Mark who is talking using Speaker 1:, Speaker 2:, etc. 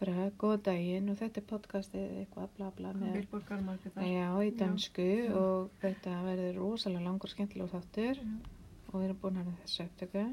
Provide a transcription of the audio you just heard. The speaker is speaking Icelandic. Speaker 1: bara góð daginn og þetta er podcastið eitthvað bla bla með
Speaker 2: Vilborgar Margreðar.
Speaker 1: já, í
Speaker 2: Já.
Speaker 1: dansku
Speaker 2: Já.
Speaker 1: og þetta verður rosalega langur skemmtilega þáttur
Speaker 2: Já.
Speaker 1: og við erum búin að hafa þessu upptöku